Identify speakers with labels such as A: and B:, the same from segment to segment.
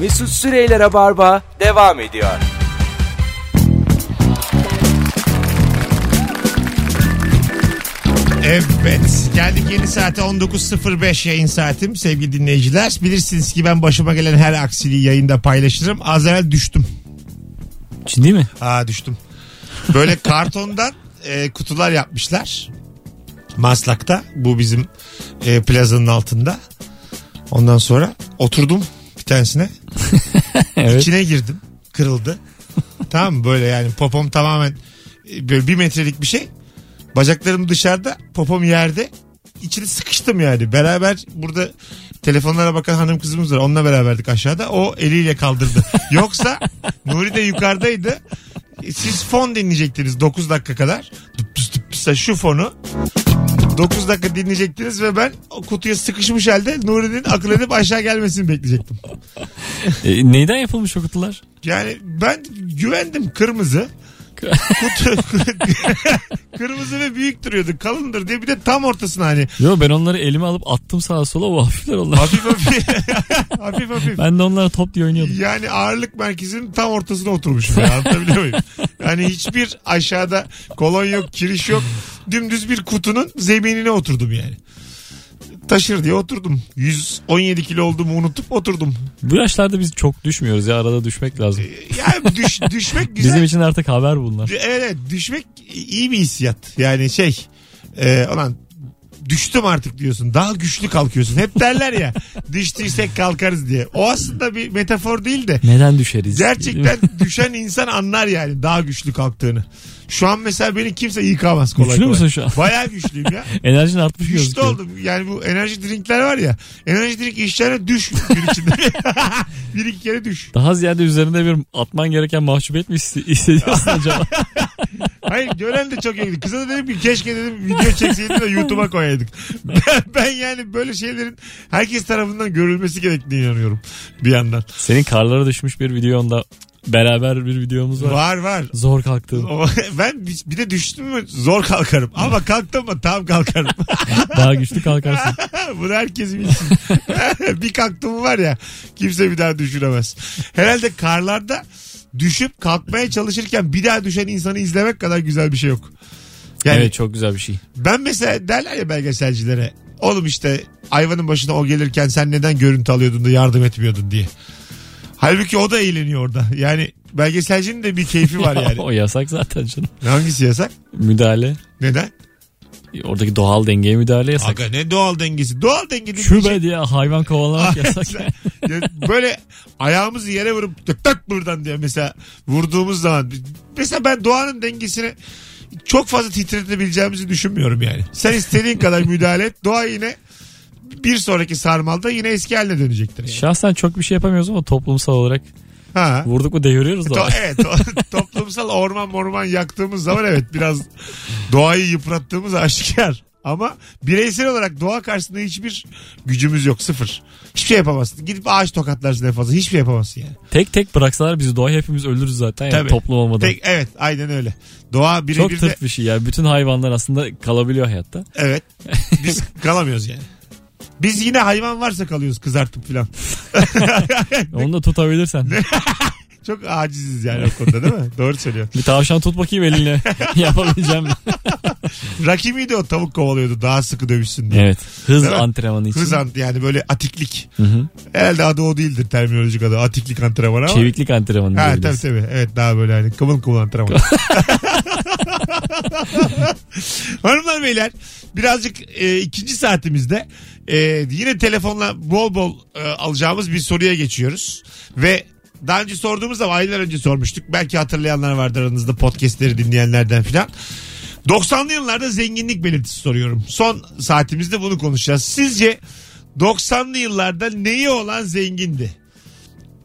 A: Mesut Süreyler'e barba devam ediyor.
B: Evet geldik yeni saate 19.05 yayın saatim sevgili dinleyiciler. Bilirsiniz ki ben başıma gelen her aksiliği yayında paylaşırım. Az evvel düştüm.
C: Ciddi mi?
B: Aa düştüm. Böyle kartondan e, kutular yapmışlar. Maslak'ta bu bizim e, plazanın altında. Ondan sonra oturdum bir tanesine.
C: Evet.
B: İçine girdim. Kırıldı. tamam mı? böyle yani popom tamamen e, böyle bir metrelik bir şey. Bacaklarım dışarıda, popom yerde. İçine sıkıştım yani. Beraber burada telefonlara bakan hanım kızımız var. Onunla beraberdik aşağıda. O eliyle kaldırdı. Yoksa Nuri de yukarıdaydı. E, Siz fon dinleyecektiniz 9 dakika kadar. Tıp tıs tıp tıs. Şu fonu 9 dakika dinleyecektiniz ve ben o kutuya sıkışmış halde Nuri'nin akıl edip aşağı gelmesini bekleyecektim.
C: E, neyden yapılmış o kutular?
B: Yani ben güvendim kırmızı. Kutu kırmızı ve büyük duruyordu. Kalındır diye bir de tam ortasına hani
C: Yo ben onları elime alıp attım sağa sola o hafifler onlar.
B: hafif hafif hafif hafif.
C: Ben de onlara top diye oynuyordum.
B: Yani ağırlık merkezinin tam ortasına oturmuşum. Ya, anlatabiliyor muyum? Yani hiçbir aşağıda kolon yok, kiriş yok. Dümdüz bir kutunun zeminine oturdum yani. Taşır diye oturdum. 117 kilo olduğumu unutup oturdum.
C: Bu yaşlarda biz çok düşmüyoruz ya arada düşmek lazım.
B: Yani düş, düşmek güzel.
C: Bizim için artık haber bunlar.
B: Evet, evet düşmek iyi bir hissiyat. Yani şey e, ulan düştüm artık diyorsun. Daha güçlü kalkıyorsun. Hep derler ya düştüysek kalkarız diye. O aslında bir metafor değil de
C: Neden düşeriz?
B: gerçekten düşen insan anlar yani daha güçlü kalktığını. Şu an mesela beni kimse yıkamaz kolay
C: Güçlü
B: kolay.
C: müsün şu an?
B: Bayağı güçlüyüm ya.
C: Enerjin artmış
B: Güçlü
C: gözüküyor.
B: oldum. Yani bu enerji drinkler var ya. Enerji drink işlerine düş gün içinde. bir iki kere düş.
C: Daha ziyade üzerinde bir atman gereken mahcubiyet mi hisse- hissediyorsun acaba?
B: Hayır gören de çok ilgili. Kıza da dedim ki keşke dedim video çekseydin de YouTube'a koyaydık. Ben, ben yani böyle şeylerin herkes tarafından görülmesi gerektiğine inanıyorum bir yandan.
C: Senin karlara düşmüş bir videonda beraber bir videomuz var.
B: Var var.
C: Zor kalktığın.
B: O- ben bir bir de düştüm mü zor kalkarım. Ama kalktım mı tam kalkarım.
C: Daha güçlü kalkarsın.
B: Bunu herkes bilsin. bir kalktım var ya kimse bir daha düşüremez. Herhalde karlarda düşüp kalkmaya çalışırken bir daha düşen insanı izlemek kadar güzel bir şey yok. Yani
C: Evet çok güzel bir şey.
B: Ben mesela derler ya belgeselcilere. Oğlum işte hayvanın başına o gelirken sen neden görüntü alıyordun da yardım etmiyordun diye. Halbuki o da eğleniyor orada. Yani belgeselcinin de bir keyfi var yani.
C: o yasak zaten canım.
B: Hangisi yasak?
C: Müdahale.
B: Neden?
C: Oradaki doğal dengeye müdahale yasak.
B: Aga ne doğal dengesi. Doğal denge dediğin şey-
C: Şube diye hayvan kovalamak yasak.
B: Ya böyle ayağımızı yere vurup tık tık buradan diye mesela vurduğumuz zaman. Mesela ben doğanın dengesini çok fazla titretebileceğimizi düşünmüyorum yani. Sen istediğin kadar müdahale et. Doğa yine bir sonraki sarmalda yine eski haline dönecektir. yani.
C: Şahsen çok bir şey yapamıyoruz ama toplumsal olarak
B: Ha.
C: vurduk mu deviriyoruz da.
B: To- evet to- toplumsal orman orman yaktığımız zaman evet biraz doğayı yıprattığımız aşikar. Ama bireysel olarak doğa karşısında hiçbir gücümüz yok sıfır. Hiçbir şey yapamazsın. Gidip ağaç tokatlarsın en fazla. Hiçbir şey yapamazsın yani.
C: Tek tek bıraksalar bizi doğaya hepimiz ölürüz zaten ya
B: Tabii.
C: toplum olmadan.
B: Tek, evet aynen öyle. Doğa
C: Çok
B: birebir de
C: tırt bir şey ya. Bütün hayvanlar aslında kalabiliyor hayatta.
B: evet biz kalamıyoruz yani. Biz yine hayvan varsa kalıyoruz kızartıp falan.
C: Onu da tutabilirsen.
B: Çok aciziz yani o konuda değil mi? Doğru söylüyorsun.
C: Bir tavşan tut bakayım elinle. Yapabileceğim mi?
B: Rakimi de o tavuk kovalıyordu daha sıkı dövüşsün diye.
C: Evet. Hız
B: Değil mi?
C: antrenmanı için.
B: Hızant yani böyle atiklik.
C: Hı hı.
B: Herhalde adı o değildir terminolojik adı. Atiklik antrenmanı ama.
C: Çeviklik antrenmanı
B: Ha tabii
C: diyebiliriz.
B: tabii. Evet daha böyle hani kıvıl kıvıl antrenman. Hanımlar beyler birazcık e, ikinci saatimizde e, yine telefonla bol bol e, alacağımız bir soruya geçiyoruz. Ve daha önce sorduğumuz ama aylar önce sormuştuk. Belki hatırlayanlar vardır aranızda podcastleri dinleyenlerden filan. 90'lı yıllarda zenginlik belirtisi soruyorum. Son saatimizde bunu konuşacağız. Sizce 90'lı yıllarda neyi olan zengindi?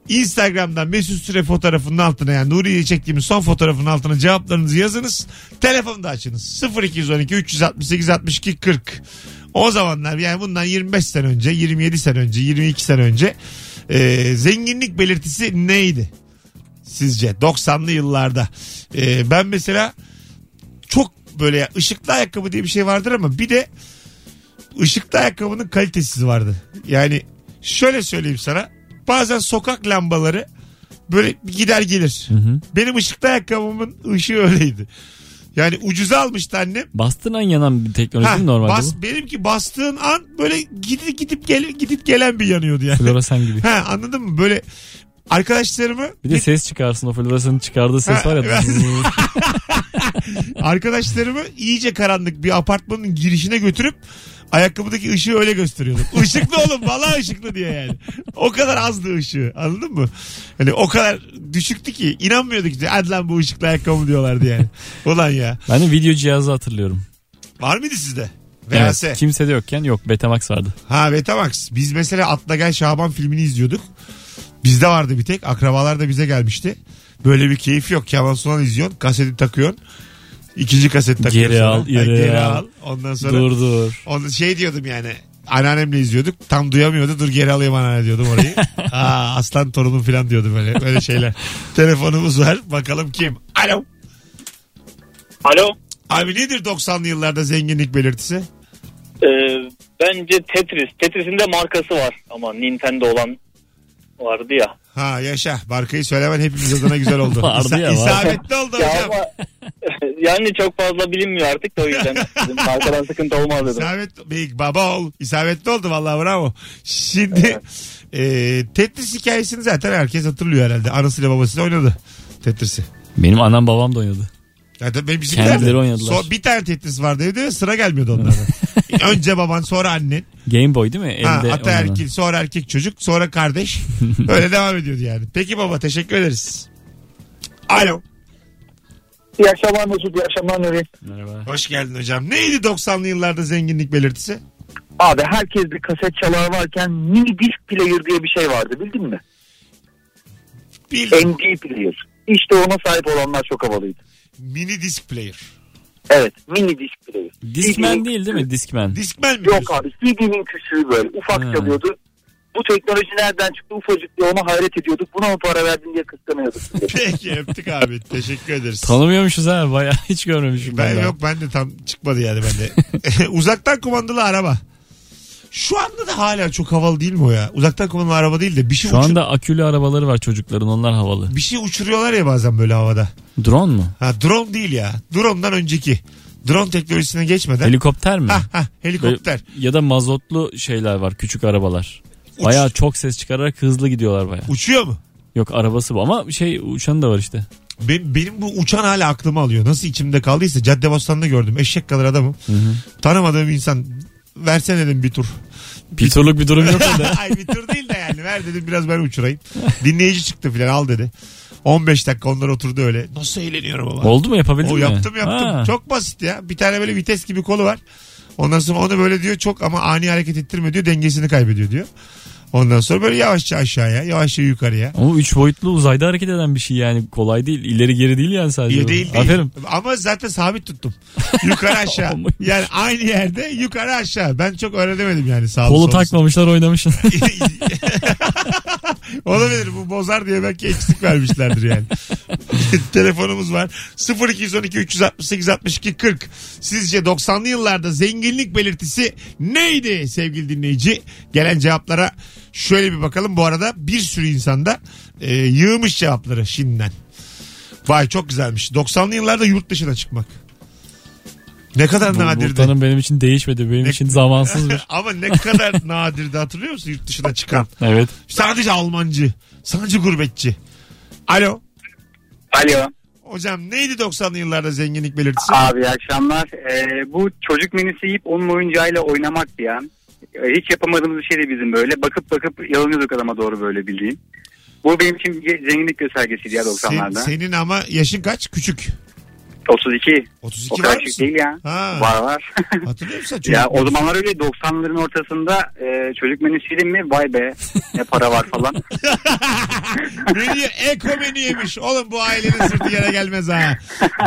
B: Instagram'dan Mesut Süre fotoğrafının altına yani Nuriye'yi çektiğimiz son fotoğrafın altına cevaplarınızı yazınız. Telefonu da açınız. 0212 368 62 40. O zamanlar yani bundan 25 sene önce, 27 sene önce, 22 sene önce e, zenginlik belirtisi neydi? Sizce 90'lı yıllarda. E, ben mesela çok böyle ya, ışıklı ayakkabı diye bir şey vardır ama bir de ışıklı ayakkabının kalitesiz vardı. Yani şöyle söyleyeyim sana. Bazen sokak lambaları böyle gider gelir. Benim ışıklı ayakkabımın ışığı öyleydi. Yani ucuza almıştı annem.
C: Bastığın an yanan bir teknoloji
B: Ha,
C: mi normalde
B: bas- benimki bastığın an böyle gidip gidip gel, gidip gelen bir yanıyordu
C: bu?
B: yani.
C: Floresan gibi.
B: ha, anladın mı? Böyle arkadaşlarımı
C: Bir de ses çıkarsın o floresanın çıkardığı ses var ya.
B: Ha, arkadaşlarımı iyice karanlık bir apartmanın girişine götürüp ayakkabıdaki ışığı öyle gösteriyordum. Işıklı oğlum valla ışıklı diye yani. O kadar azdı ışığı anladın mı? Hani o kadar düşüktü ki inanmıyorduk. ki. Hadi lan bu ışıklı ayakkabı diyorlardı yani. Ulan ya.
C: ben de video cihazı hatırlıyorum.
B: Var mıydı sizde? VHS.
C: Evet, kimse de yokken yok Betamax vardı.
B: Ha Betamax. Biz mesela Atla Gel Şaban filmini izliyorduk. Bizde vardı bir tek. Akrabalar da bize gelmişti. Böyle bir keyif yok. Kemal Sunal izliyorsun. Kaseti takıyorsun. İkinci kaset takıyorsun.
C: Geri al,
B: Ha,
C: ileri
B: geri
C: al.
B: al. Ondan sonra
C: Dur dur.
B: onu şey diyordum yani. Anneannemle izliyorduk. Tam duyamıyordu. Dur geri alayım anneanne diyordum orayı. Aa, aslan torunum falan diyordu böyle. Böyle şeyler. Telefonumuz var. Bakalım kim? Alo.
D: Alo.
B: Abi nedir 90'lı yıllarda zenginlik belirtisi?
D: Ee, bence Tetris. Tetris'in de markası var. Ama Nintendo olan vardı ya.
B: Ha yaşa. Markayı söylemen hepimiz adına güzel oldu.
C: Vardı
B: İsa-
C: ya, var.
B: isabetli oldu
D: Ya
B: hocam.
D: ama yani çok fazla bilinmiyor artık da o yüzden. Bizim markadan sıkıntı olmaz dedim.
B: İsabet, Big Baba ol. İsabetli oldu vallahi bravo. Şimdi e, Tetris hikayesini zaten herkes hatırlıyor herhalde. Anasıyla babasıyla oynadı Tetris'i.
C: Benim anam babam da oynadı.
B: Zaten benim bizimkiler de-
C: Kendileri oynadılar.
B: bir tane Tetris vardı evde ve sıra gelmiyordu onlardan. Önce baban sonra annen.
C: Game Boy değil mi? Elde
B: Ha,
C: oynanan.
B: ataerkil sonra erkek çocuk sonra kardeş. Öyle devam ediyordu yani. Peki baba teşekkür ederiz. Alo.
E: İyi akşamlar Mesut, iyi akşamlar Nuri.
C: Merhaba.
B: Hoş geldin hocam. Neydi 90'lı yıllarda zenginlik belirtisi?
E: Abi herkes bir kaset çalar varken mini disk player diye bir şey vardı bildin mi?
B: Bildim.
E: MD player. İşte ona sahip olanlar çok havalıydı.
B: Mini disc player.
E: Evet mini disk player.
C: Discman
E: CD'nin
C: değil değil mi? Discman.
B: Discman mi?
E: Yok
B: diyorsun?
E: abi CD'nin küçüğü böyle ufak
C: Ha.
E: çalıyordu. Bu teknoloji nereden çıktı ufacık diye ona hayret ediyorduk. Buna mı para verdin diye kıskanıyorduk.
B: Peki öptük abi. Teşekkür ederiz.
C: Tanımıyormuşuz ha. Bayağı hiç görmemişim ben,
B: ben
C: daha.
B: yok ben de tam çıkmadı yani ben de. Uzaktan kumandalı araba. Şu anda da hala çok havalı değil mi o ya? Uzaktan kumandalı araba değil de bir şey
C: Şu
B: uçur-
C: anda akülü arabaları var çocukların onlar havalı.
B: bir şey uçuruyorlar ya bazen böyle havada.
C: Drone mu?
B: Ha drone değil ya. Drone'dan önceki. Drone teknolojisine geçmeden.
C: Helikopter mi?
B: ha, ha, helikopter.
C: Böyle- Ya da mazotlu şeyler var küçük arabalar.
B: Uç-
C: Bayağı çok ses çıkararak hızlı gidiyorlar bayağı.
B: Uçuyor mu?
C: Yok arabası bu ama şey uçan da var işte.
B: Benim, benim bu uçan hala aklımı alıyor. Nasıl içimde kaldıysa Caddebostan'da gördüm. Eşek kadar adamım. Tanımadığım insan versene dedim bir tur.
C: Bir turluk bir durum yok orada.
B: Ay bir tur değil de yani ver dedim biraz ben uçurayım. Dinleyici çıktı filan al dedi. 15 dakika onlar oturdu öyle. Nasıl eğleniyorum ama.
C: Oldu mu yapabildin
B: o
C: mi?
B: yaptım yaptım.
C: Ha.
B: Çok basit ya. Bir tane böyle vites gibi kolu var. Ondan sonra onu böyle diyor çok ama ani hareket ettirme diyor dengesini kaybediyor diyor. Ondan sonra böyle yavaşça aşağıya yavaşça yukarıya.
C: Ama üç boyutlu uzayda hareket eden bir şey yani kolay değil. İleri geri değil yani sadece.
B: İyi
C: bu.
B: değil değil.
C: Aferin.
B: Ama zaten sabit tuttum. Yukarı aşağı.
C: Aman.
B: yani aynı yerde yukarı aşağı. Ben çok öğrenemedim yani sağ
C: Kolu takmamışlar oynamışlar.
B: Olabilir bu bozar diye belki eksik vermişlerdir yani. Telefonumuz var. 0212 368 62 40. Sizce 90'lı yıllarda zenginlik belirtisi neydi sevgili dinleyici? Gelen cevaplara şöyle bir bakalım. Bu arada bir sürü insanda e, yığmış cevapları şimdiden. Vay çok güzelmiş. 90'lı yıllarda yurt dışına çıkmak. Ne kadar
C: bu, bu
B: nadirdi.
C: tanım benim için değişmedi. Benim
B: Ne-
C: için zamansız bir.
B: Ama ne kadar nadirdi hatırlıyor musun yurt dışına çıkan?
C: Evet.
B: Sadece Almancı. Sadece gurbetçi. Alo.
F: Alo.
B: Hocam neydi 90'lı yıllarda zenginlik belirtisi?
F: Abi iyi akşamlar. Ee, bu çocuk menüsü yiyip onun oyuncağıyla oynamak ya. Ee, Hiç yapamadığımız bir şeydi bizim böyle. Bakıp bakıp yalanıyorduk adama doğru böyle bildiğin. Bu benim için ge- zenginlik göstergesiydi ya
B: Sen-
F: 90'larda.
B: senin ama yaşın kaç? Küçük.
F: 32. O
B: 32 var
F: kadar küçük
B: mısın?
F: değil ya.
B: Ha.
F: Var var.
B: Hatırlıyor musun? sen
F: ya
B: çocuk-
F: o zamanlar öyle 90'ların ortasında e, çocuk menüsüydü mi vay be ne para var falan.
B: Menü, eko menü yemiş. Oğlum bu ailenin sırtı yere gelmez ha.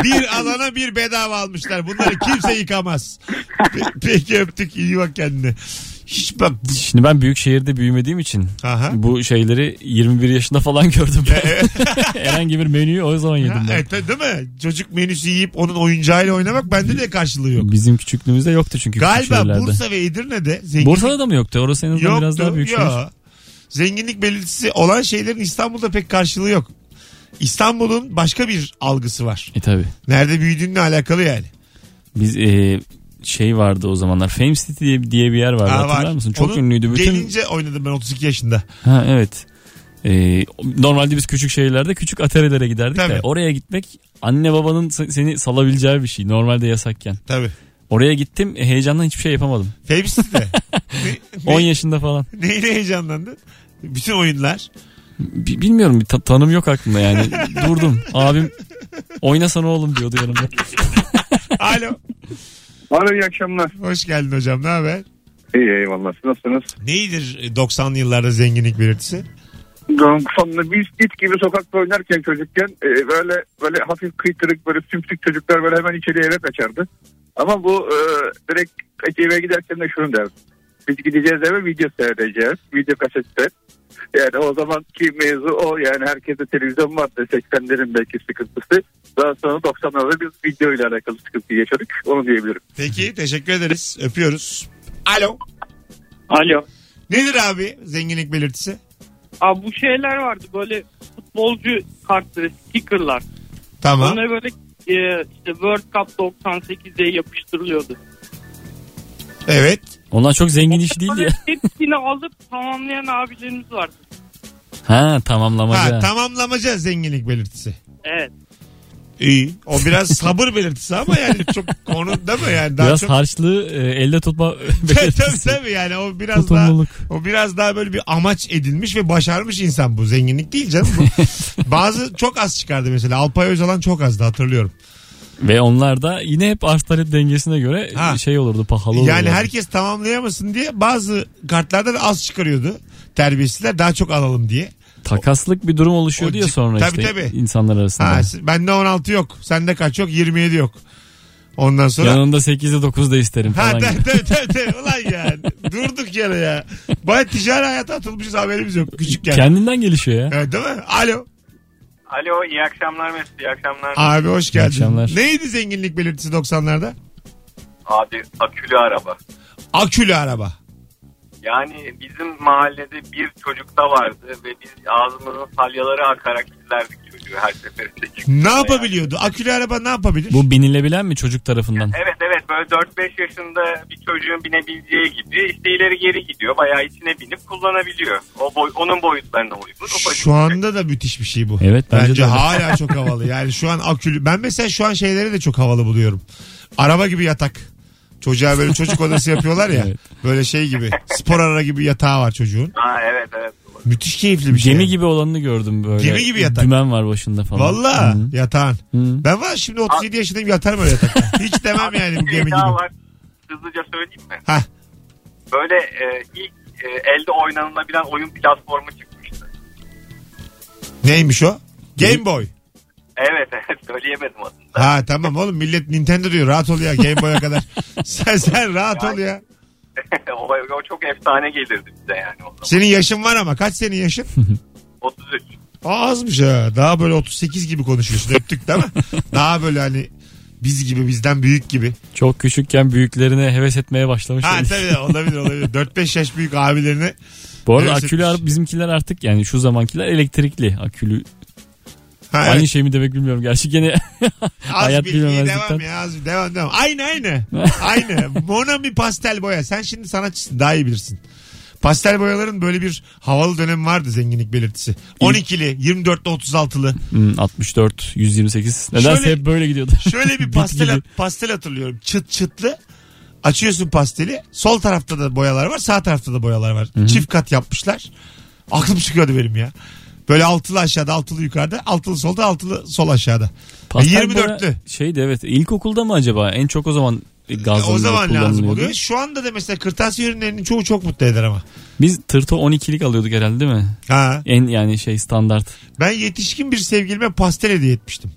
B: Bir alana bir bedava almışlar. Bunları kimse yıkamaz. Pe- Peki öptük. İyi bak kendine. Hiç bak.
C: Şimdi ben büyük şehirde büyümediğim için
B: Aha.
C: bu şeyleri 21 yaşında falan gördüm.
B: Ya, evet.
C: Herhangi bir menüyü o zaman yedim
B: Ha,
C: ben.
B: evet, değil mi? Çocuk menüsü yiyip onun oyuncağıyla oynamak bende de karşılığı yok.
C: Bizim küçüklüğümüzde yoktu çünkü küçük
B: Galiba
C: şehirlerde.
B: Bursa ve Edirne'de zenginlik
C: Borsada da mı yoktu? Orası en azından
B: yoktu.
C: biraz daha büyük
B: Ya.
C: şehir.
B: zenginlik belirtisi olan şeylerin İstanbul'da pek karşılığı yok. İstanbul'un başka bir algısı var.
C: E tabi.
B: Nerede büyüdüğünle alakalı yani.
C: Biz e, şey vardı o zamanlar. Fame City diye, diye bir yer vardı.
B: Aa,
C: Hatırlar
B: var.
C: mısın? Çok
B: Onu
C: ünlüydü. Bütün...
B: Gelince oynadım ben 32 yaşında.
C: Ha evet. E, normalde biz küçük şehirlerde küçük atarelere giderdik
B: Tabii.
C: de oraya gitmek anne babanın sa- seni salabileceği bir şey. Normalde yasakken.
B: Tabii.
C: Oraya gittim heyecandan hiçbir şey yapamadım.
B: Fevsi'de.
C: 10 yaşında falan.
B: Neyle heyecanlandın? Bütün oyunlar.
C: Bi- bilmiyorum bir ta- tanım yok aklımda yani. Durdum. Abim oynasana oğlum diyordu yanımda.
B: Alo.
G: Alo iyi akşamlar.
B: Hoş geldin hocam. Ne haber?
G: İyi eyvallah. Siz nasılsınız?
B: Neyidir e, 90'lı yıllarda zenginlik belirtisi?
G: Sonunda biz it gibi sokakta oynarken çocukken e, böyle böyle hafif kıytırık böyle sümsük çocuklar böyle hemen içeriye eve kaçardı. Ama bu e, direkt eve giderken de şunu derdim. Biz gideceğiz eve video seyredeceğiz. Video kasette. Yani o zamanki mevzu o yani herkeste televizyon vardı 80'lerin belki sıkıntısı. Daha sonra 90'larda biz video ile alakalı sıkıntı yaşadık. Onu diyebilirim.
B: Peki teşekkür ederiz. Öpüyoruz. Alo.
H: Alo.
B: Nedir abi zenginlik belirtisi?
H: Abi bu şeyler vardı böyle futbolcu kartları, stickerlar.
B: Tamam.
H: Onları böyle e, işte World Cup 98'e yapıştırılıyordu.
B: Evet.
C: Onlar çok zengin iş değil ya.
H: Böyle hepsini alıp tamamlayan abilerimiz vardı.
C: Ha tamamlamaca.
B: Ha, tamamlamaca zenginlik belirtisi.
H: Evet.
B: İyi. O biraz sabır belirtisi ama yani çok konu değil mi yani? Daha
C: Biraz
B: çok...
C: harçlığı e, elde tutma
B: tabii, tabii
C: belirtisi.
B: tabii yani o biraz daha
C: Tutumluluk.
B: o biraz daha böyle bir amaç edilmiş ve başarmış insan bu. Zenginlik değil canım bu. Bazı çok az çıkardı mesela. Alpay Özalan çok azdı hatırlıyorum.
C: Ve onlar da yine hep arz talep dengesine göre
B: Ha.
C: şey olurdu pahalı olurdu.
B: Yani herkes tamamlayamasın diye bazı kartlarda da az çıkarıyordu. Terbiyesizler daha çok alalım diye.
C: Takaslık bir durum oluşuyor
B: O
C: diye
B: cid-
C: sonra
B: tabii,
C: işte
B: tabii.
C: insanlar arasında.
B: Ha, s- bende 16 yok. Sende kaç yok? 27 yok. Ondan sonra
C: Yanında 8'de 9'da isterim
B: Ha
C: falan. gibi.
B: tabii tabii tabii tabii. Ulan ya. Durduk yere ya. Baya ticari hayata atılmışız haberimiz yok. Küçükken.
C: Kendinden gelişiyor ya.
B: Evet, değil mi? Alo.
F: Alo iyi akşamlar Mesut iyi akşamlar.
B: Abi hoş geldin.
C: akşamlar.
B: Neydi zenginlik belirtisi 90'larda?
F: Abi akülü araba.
B: Akülü araba.
F: Yani bizim mahallede bir çocukta vardı ve biz ağzımızın salyaları akarak izlerdik çocuğu her seferinde.
B: Ne
F: Yani.
B: yapabiliyordu? Akülü araba ne yapabilir?
C: Bu binilebilen mi çocuk tarafından?
F: Evet evet böyle 4-5 yaşında bir çocuğun binebileceği gibi işte ileri geri gidiyor. Bayağı içine binip kullanabiliyor. O boy, onun boyutlarına uygun. ufacık
B: Şu anda da müthiş bir şey bu.
C: Evet, bence
B: bence,
C: de öyle.
B: hala çok havalı. Yani şu an akülü. Ben mesela şu an şeyleri de çok havalı buluyorum. Araba gibi yatak. Çocuğa böyle çocuk odası yapıyorlar ya.
C: Evet.
B: Böyle şey gibi. Spor ara gibi yatağı var çocuğun.
F: Ha, evet evet.
B: Müthiş keyifli bir şey.
C: Gemi gibi olanını gördüm böyle.
B: Gemi gibi yatak.
C: Dümen var başında falan.
B: Valla
C: Hı.
B: yatağın.
C: Hı.
B: Ben var şimdi 37 yaşındayım yatarım öyle yatakta. Hiç demem yani bu
F: Bir şey
B: gemi gibi.
F: daha var. Hızlıca söyleyeyim mi?
B: Hah.
F: Böyle e, ilk e, elde oynanılabilen oyun platformu çıkmıştı.
B: Neymiş o? Game Boy.
F: Evet evet söyleyemedim adını. da.
B: Ha tamam oğlum millet Nintendo diyor rahat ol ya Game Boy'a kadar. sen sen rahat ol ya.
F: o, o çok efsane gelirdi bize yani. O zaman.
B: Senin yaşın var ama kaç senin yaşın?
F: 33.
B: Aa, Azmış ha. Daha böyle 38 gibi konuşuyorsun. Öptük değil mi? Daha böyle hani biz gibi bizden büyük gibi.
C: Çok küçükken büyüklerine heves etmeye başlamış.
B: Ha tabii olabilir olabilir. 4-5 yaş büyük abilerine.
C: Bu arada
B: Heves
C: akülü
B: etmiş.
C: ar- bizimkiler artık yani şu zamankiler elektrikli akülü.
B: Ha,
C: Aynı
B: evet.
C: şey mi demek bilmiyorum. Gerçi gene
B: Az
C: hayat
B: bilgiyi
C: bilmemezlikten.
B: devam ya az devam devam. Aynı aynı. aynı. Monami pastel boya. Sen şimdi sanatçısın daha iyi bilirsin. Pastel boyaların böyle bir havalı dönemi vardı zenginlik belirtisi. 12'li, 24'lü, 36'lı.
C: Hmm, 64, 128. Nedense
B: Şöyle-
C: hep böyle gidiyordu.
B: Şöyle bir
C: Bit
B: pastel
C: gibi.
B: pastel hatırlıyorum. Çıt çıtlı. Açıyorsun pasteli. Sol tarafta da boyalar var, sağ tarafta da boyalar var. Çift kat yapmışlar. Aklım çıkıyordu benim ya. Böyle altılı aşağıda, altılı yukarıda, altılı solda, altılı sol aşağıda.
C: Pastel
B: 24'lü.
C: boya Şeydi evet. İlkokulda mı acaba? En çok o zaman gazlanıyor.
B: E, o zaman lazım oluyor. Şu anda da mesela kırtasiye ürünlerinin çoğu çok mutlu eder ama.
C: Biz tırtı 12'lik alıyorduk herhalde değil mi?
B: Ha.
C: En yani şey standart.
B: Ben yetişkin bir sevgilime pastel hediye etmiştim.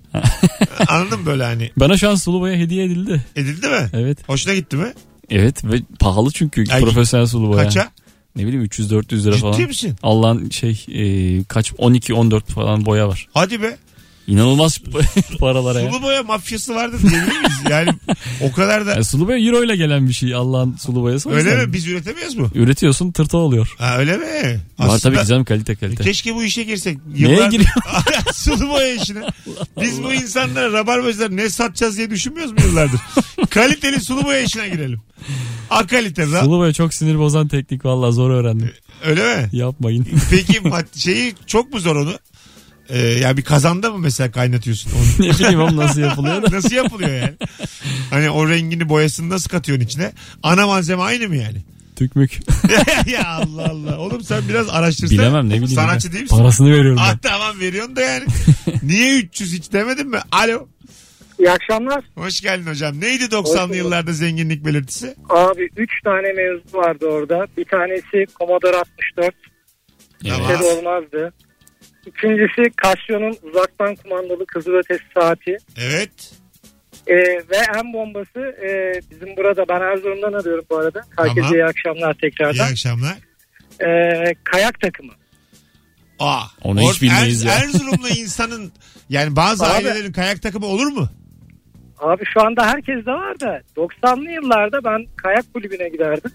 B: Anladın mı böyle hani?
C: Bana şu an sulu boya hediye edildi.
B: Edildi mi?
C: Evet.
B: Hoşuna gitti mi?
C: Evet ve pahalı çünkü
B: Ay,
C: profesyonel sulu boya.
B: Kaça?
C: Ne bileyim 300-400 lira
B: Ciddi
C: falan.
B: misin?
C: Allah'ın şey e, kaç 12-14 falan boya var.
B: Hadi be.
C: İnanılmaz paralara ya.
B: Sulu boya mafyası vardı diyebilir miyiz? Yani o kadar da
C: Yani sulu boya euro ile gelen bir şey Allah'ın sulu boyası. O
B: öyle
C: yüzden
B: mi? Biz üretemiyoruz mu?
C: Üretiyorsun tırta oluyor.
B: Ha öyle mi?
C: Var
B: Aslında-
C: tabii ki canım kalite kalite.
B: Keşke bu işe girsek.
C: Neye
B: Yıllardır-
C: giriyor?
B: Sulu boya işine. Biz bu insanlara rabarbacılar ne satacağız diye düşünmüyoruz mu yıllardır? Kaliteli sulu boya işine girelim. A kalite. ra-
C: Sulu boya çok sinir bozan teknik valla zor öğrendim.
B: Öyle mi?
C: Yapmayın.
B: Peki pat- şeyi çok mu zor onu? Ee, yani bir kazanda mı mesela kaynatıyorsun onu?
C: ne bileyim oğlum nasıl yapılıyor da.
B: nasıl yapılıyor yani? Hani o rengini boyasını nasıl katıyorsun içine? Ana malzeme aynı mı yani?
C: Tükmük.
B: ya Allah Allah. Oğlum sen biraz araştırsana.
C: Bilemem ne bileyim.
B: Sanatçı
C: ya.
B: değil misin?
C: Parasını veriyorum ben.
B: Ah tamam veriyorsun da yani. Niye 300 hiç demedin mi? Alo.
I: İyi akşamlar.
B: Hoş geldin hocam. Neydi 90'lı yıllarda zenginlik belirtisi?
I: Abi 3 tane mevzu vardı orada. Bir tanesi Commodore 64.
B: Tamam.
I: Kimse de şey olmazdı. İkincisi Casio'nun uzaktan kumandalı kızılötesi saati.
B: Evet.
I: Ee, ve en bombası e, bizim burada ben Erzurum'dan arıyorum bu arada. Herkese
B: Tamam.
I: iyi akşamlar
B: İyi
I: tekrardan.
B: akşamlar.
I: Ee, kayak takımı.
B: Aa, Er-
C: Onu hiç bilmeyiz ya.
B: Erzurumlu insanın yani bazı
I: Abi-
B: ailelerin kayak takımı olur mu?
I: Abi şu anda herkes de var da 90'lı yıllarda ben kayak kulübüne giderdim.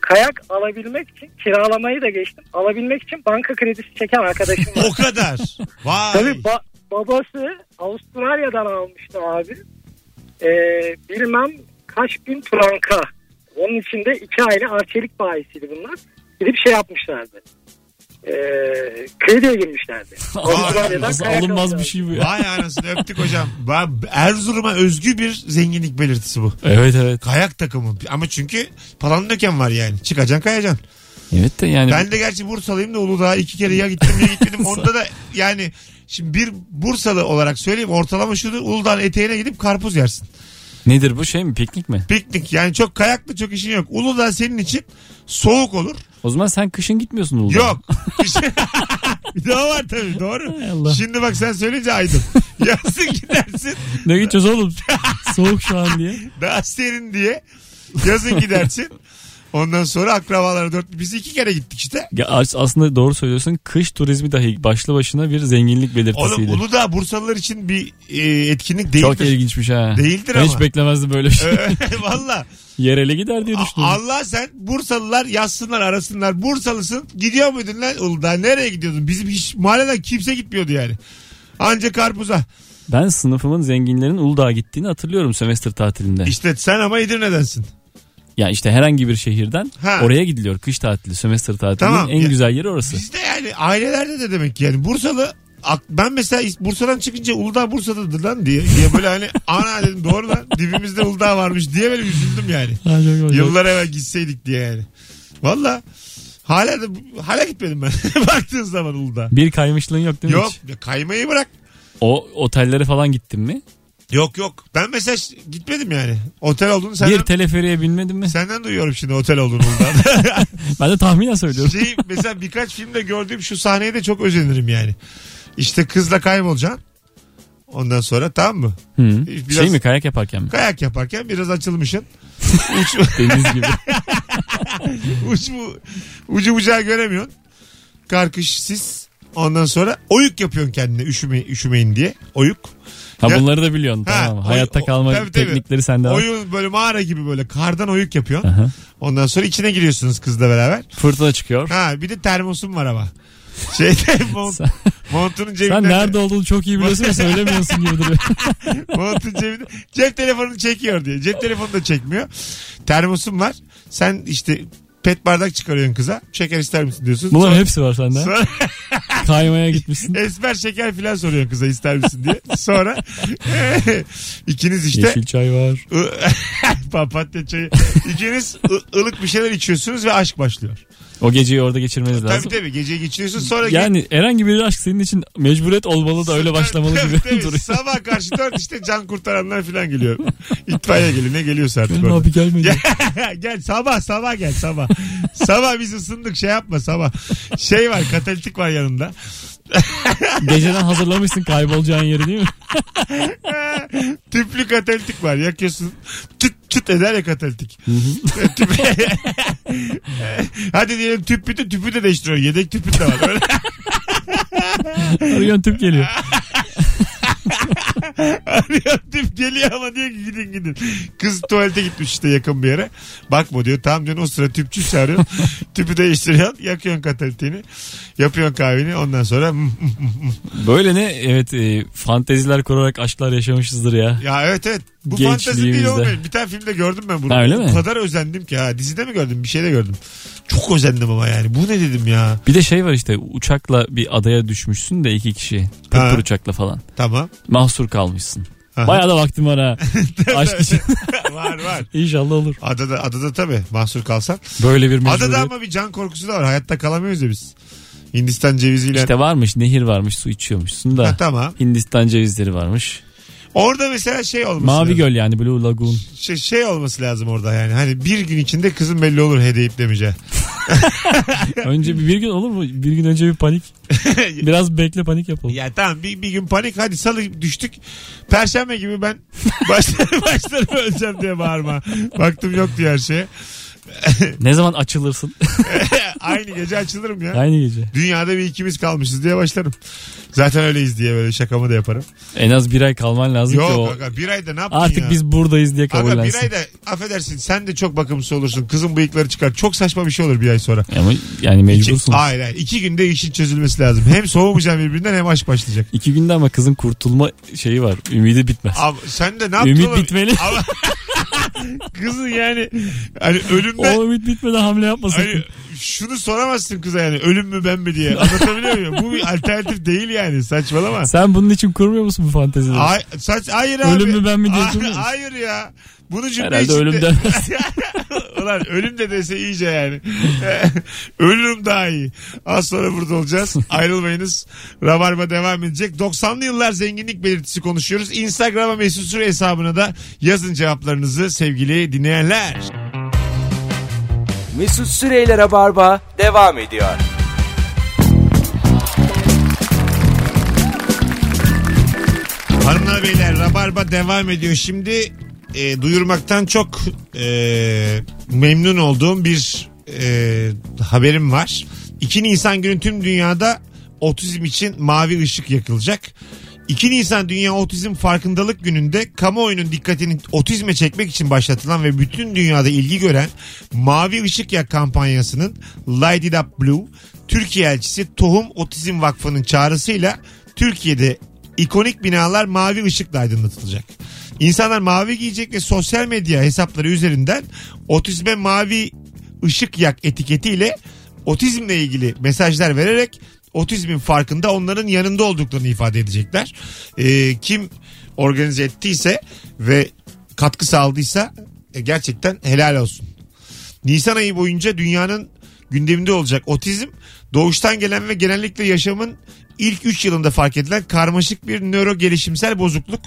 I: Kayak alabilmek için kiralamayı da geçtim. Alabilmek için banka kredisi çeken arkadaşım var.
B: O kadar. Vay.
I: Tabii ba- babası Avustralya'dan almıştı abi. Ee, bilmem kaç bin franka. Onun içinde iki aile arçelik bayisiydi bunlar. Gidip şey yapmışlardı. Ee, krediye girmişlerdi. Avustralya'dan
C: Nasıl
I: kayak
C: alınmaz bir
I: almışlardı.
C: şey bu ya.
B: Vay anasını öptük hocam. Ba- Erzurum'a özgü bir zenginlik belirtisi bu.
C: Evet evet.
B: Kayak takımı. Ama çünkü Palandöken var yani. Çıkacaksın kayacaksın.
C: Evet de yani.
B: Ben de gerçi Bursalıyım da Uludağ'a iki kere ya gittim ya gitmedim. Onda da yani şimdi bir Bursalı olarak söyleyeyim ortalama şudur. Uludağ'ın eteğine gidip karpuz yersin.
C: Nedir bu şey mi piknik mi?
B: Piknik yani çok kayaklı çok işin yok. Uludağ senin için soğuk olur.
C: O zaman sen kışın gitmiyorsun Uludağ.
B: Yok. Bir şey- Bir de o var tabii doğru.
C: Hay Allah.
B: Şimdi bak sen söyleyince aydın. Yazın gidersin
C: Ne gideceğiz oğlum? Soğuk şu an diye.
B: daha serin diye. Yazın gidersin. Ondan sonra akrabalara dört. Biz iki kere gittik işte.
C: Ya as- aslında doğru söylüyorsun. Kış turizmi dahi başlı başına bir zenginlik
B: Oğlum
C: belirtisiydi.
B: Uludağ Bursalılar için bir e, etkinlik
C: Çok
B: değildir.
C: ilginçmiş ha.
B: Değildir
C: Ben Hiç
B: ama.
C: beklemezdim böyle bir şey.
B: Valla.
C: Yerele gider diye
B: A-
C: düşünüyorum.
B: Allah sen Bursalılar yazsınlar arasınlar. Bursalısın gidiyor muydun lan Uludağ? Nereye gidiyordun? Bizim hiç mahalleden kimse gitmiyordu yani. Anca karpuza.
C: Ben sınıfımın zenginlerin Uludağ'a gittiğini hatırlıyorum sömestr tatilinde.
B: İşte sen ama Edirne'densin.
C: Ya işte herhangi bir şehirden
B: Ha.
C: oraya gidiliyor kış tatili, sömestr tatilinin
B: Tamam.
C: en
B: Ya-
C: güzel yeri orası.
B: Bizde yani ailelerde de demek ki yani Bursalı ak- ben mesela is- Bursa'dan çıkınca Uludağ Bursa'dadır lan diye. diye böyle hani ana dedim doğru lan dibimizde Uludağ varmış diye böyle üzüldüm yani. Yıllar evvel gitseydik diye yani. Valla hala da hala gitmedim ben. Baktığın zaman Uludağ.
C: Bir kaymışlığın yok değil mi
B: Yok
C: hiç?
B: ya kaymayı bırak.
C: O otellere falan gittin mi?
B: Yok yok. Ben mesela ş- gitmedim yani. Otel olduğunu senden,
C: Bir teleferiye binmedin mi?
B: senden duyuyorum şimdi otel olduğunu Uludağ'da.
C: Ben de tahminen söylüyorum.
B: şey, mesela birkaç filmde gördüğüm şu sahneye de çok özenirim yani. İşte kızla kaybolacaksın. Ondan sonra tamam mı?
C: Hı.
B: Biraz-
C: Şey mi kayak yaparken mi?
B: Kayak yaparken biraz açılmışsın.
C: Deniz gibi.
B: Uç bu, ucu bucağı göremiyorsun. Karkışsız. Ondan sonra oyuk yapıyorsun kendine üşüme, üşümeyin diye. Oyuk.
C: Ha
B: Ya-
C: bunları da biliyorsun
B: Ha,
C: tamam.
B: oy-
C: Hayatta
B: o-
C: kalma
B: tabii, tabii.
C: teknikleri sende var.
B: Oyun böyle mağara gibi böyle kardan oyuk yapıyorsun.
C: Aha.
B: Ondan sonra içine giriyorsunuz kızla beraber.
C: Fırtına çıkıyor.
B: Ha bir de termosum var ama. Şeyde mont,
C: Sen-
B: montunun cebinde.
C: Sen nerede olduğunu çok iyi biliyorsun ve söylemiyorsun gibi duruyor.
B: Montun cebinde. Cep telefonunu çekiyor diye. Cep telefonu da çekmiyor. Termosum var. Sen işte pet bardak çıkarıyorsun kıza. Şeker ister misin diyorsun.
C: Bunların
B: Sonra-
C: hepsi var sende.
B: Sonra
C: Kaymaya gitmişsin.
B: esmer şeker filan soruyorsun kıza ister misin diye. Sonra ikiniz işte
C: Yeşil çay var.
B: papatya çayı. İkiniz ı- ılık bir şeyler içiyorsunuz ve aşk başlıyor.
C: O geceyi orada geçirmeniz lazım.
B: Tabii tabii gece geçiriyorsun sonra
C: Yani herhangi bir aşk senin için mecburiyet olmalı da öyle başlamalı
B: Tabii,
C: gibi
B: tabii.
C: duruyor.
B: Sabah karşı dört işte can kurtaranlar falan geliyor. İtfaiye geliyor. Ne geliyorsa artık.
C: Benim
B: orada.
C: abi gelmedi.
B: Gel, gel sabah sabah gel sabah. sabah biz ısındık şey yapma sabah. Şey var katalitik var yanında.
C: Geceden hazırlamışsın kaybolacağın yeri değil mi?
B: Tüplü katalitik var yakıyorsun. Çıt çıt eder ya katalitik. Tüp... Hadi diyelim tüp bitti tüpü de değiştiriyor. Yedek tüpü de var. Öyle-
C: Arıyorsun tüp geliyor.
B: Arıyor tip geliyor ama diyor ki gidin gidin. Kız tuvalete gitmiş işte yakın bir yere. Bakma diyor. Tamam diyor o sıra tüpçü çağırıyor. Tüpü değiştiriyorsun. Yakıyorsun katalitini. Yapıyorsun kahveni. Ondan sonra
C: Böyle ne evet e, fanteziler kurarak aşklar yaşamışızdır ya.
B: Ya evet evet. Bu fantezi değil
C: Gençliğimizde.
B: oğlum. benim. Bir tane filmde gördüm ben bunu.
C: Ha, öyle mi?
B: O kadar özendim ki ha. Dizide mi gördüm? Bir şeyde gördüm. Çok özendim ama yani. Bu ne dedim ya?
C: Bir de şey var işte uçakla bir adaya düşmüşsün de iki kişi.
B: Ha.
C: Pırpır uçakla falan.
B: Tamam.
C: Mahsur kalmışsın.
B: Aha.
C: Bayağı da vaktim var ha. Aşk için.
B: var var.
C: İnşallah olur.
B: Adada, adada tabii mahsur kalsan.
C: Böyle bir
B: Adada
C: mecburiyet.
B: ama bir can korkusu da var. Hayatta kalamıyoruz ya biz. Hindistan ceviziyle.
C: İşte varmış nehir varmış su içiyormuşsun
B: Ha,
C: da.
B: tamam.
C: Hindistan cevizleri varmış.
B: Orada mesela şey olması
C: Mavi
B: lazım.
C: göl yani Blue Lagoon.
B: Şey, şey olması lazım orada yani. Hani bir gün içinde kızın belli olur hediyip demeyeceği.
C: Önce bir, bir gün olur mu? Bir gün önce bir panik. Biraz bekle panik yapalım.
B: Ya tamam bir, bir gün panik hadi salı düştük. Perşembe gibi ben başlarım başlarım öleceğim diye bağırma. Baktım yok diyor her şeye.
C: Ne zaman açılırsın?
B: Aynı gece açılırım ya.
C: Aynı gece.
B: Dünyada bir ikimiz kalmışız diye başlarım. Zaten öyleyiz diye böyle şakamı da yaparım.
C: En az bir ay kalman lazım ki o.
B: Yok aga bir ayda ne yaptın
C: Artık
B: ya?
C: biz buradayız diye
B: Aga bir
C: kabullensin.
B: ayda affedersin sen de çok bakımsız olursun. Kızın bıyıkları çıkar. Çok saçma bir şey olur bir ay sonra.
C: Ama yani
B: İki,
C: mecbursun.
B: hayır hayır. İki günde işin çözülmesi lazım. Hem soğumayacağım birbirinden hem aşk başlayacak.
C: İki günde ama kızın kurtulma şeyi var. Ümidi bitmez.
B: Abi sen de ne yaptın
C: Ümit
B: oğlum?
C: bitmeli.
B: Ama kızın yani hani ölümden
C: O ümit bitmeden hamle yapmasın.
B: hani şunu soramazsın kıza yani ölüm mü ben mi diye anlatabiliyor muyum? Bu bir alternatif değil yani saçmalama.
C: Sen bunun için kurmuyor musun bu fantezileri?
B: Ay, saç, hayır abi.
C: Ölüm mü ben mi diye
B: Hayır-
C: soruyorsun.
B: Hayır ya. Bunu cümle
C: Herhalde
B: içinde-
C: ölüm demez.
B: Ulan ölüm de dese iyice yani. ölüm daha iyi. Az sonra burada olacağız. Ayrılmayınız. Rabarba devam edecek. 90'lı yıllar zenginlik belirtisi konuşuyoruz. Instagram'a mesut süre hesabına da yazın cevaplarınızı sevgili dinleyenler.
A: Mesut Süreyler'e barba devam ediyor.
B: Hanımlar beyler Rabarba devam ediyor. Şimdi e, duyurmaktan çok e, memnun olduğum bir e, haberim var. 2 Nisan günü tüm dünyada otizm için mavi ışık yakılacak. 2 Nisan Dünya Otizm Farkındalık Günü'nde kamuoyunun dikkatini otizme çekmek için başlatılan ve bütün dünyada ilgi gören Mavi Işık Yak kampanyasının Light It Up Blue Türkiye elçisi Tohum Otizm Vakfı'nın çağrısıyla Türkiye'de ikonik binalar mavi ışıkla aydınlatılacak. İnsanlar mavi giyecek ve sosyal medya hesapları üzerinden otizme mavi ışık yak etiketiyle otizmle ilgili mesajlar vererek otizmin farkında onların yanında olduklarını ifade edecekler. Ee, kim organize ettiyse ve katkı sağladıysa e, gerçekten helal olsun. Nisan ayı boyunca dünyanın gündeminde olacak otizm doğuştan gelen ve genellikle yaşamın ilk 3 yılında fark edilen karmaşık bir nöro gelişimsel bozukluk.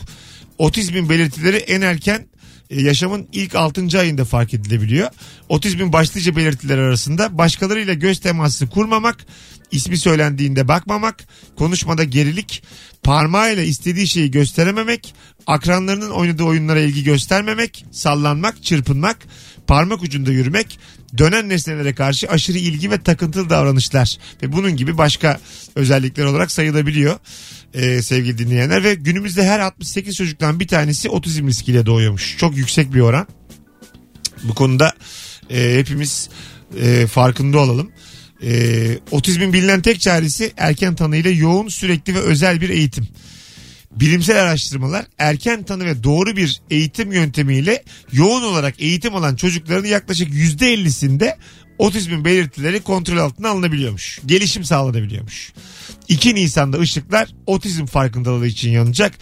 B: Otizmin belirtileri en erken e, yaşamın ilk 6. ayında fark edilebiliyor. Otizmin başlıca belirtileri arasında başkalarıyla göz teması kurmamak, ismi söylendiğinde bakmamak, konuşmada gerilik, parmağıyla istediği şeyi gösterememek, akranlarının oynadığı oyunlara ilgi göstermemek, sallanmak, çırpınmak, parmak ucunda yürümek, dönen nesnelere karşı aşırı ilgi ve takıntılı davranışlar ve bunun gibi başka özellikler olarak sayılabiliyor e, sevgili dinleyenler ve günümüzde her 68 çocuktan bir tanesi otizm riskiyle doğuyormuş. Çok yüksek bir oran. Bu konuda e, hepimiz e, farkında olalım. E, otizmin bilinen tek çaresi erken tanıyla yoğun, sürekli ve özel bir eğitim. Bilimsel araştırmalar erken tanı ve doğru bir eğitim yöntemiyle yoğun olarak eğitim alan çocukların yaklaşık %50'sinde otizmin belirtileri kontrol altına alınabiliyormuş. Gelişim sağlanabiliyormuş. 2 Nisan'da ışıklar otizm farkındalığı için yanacak.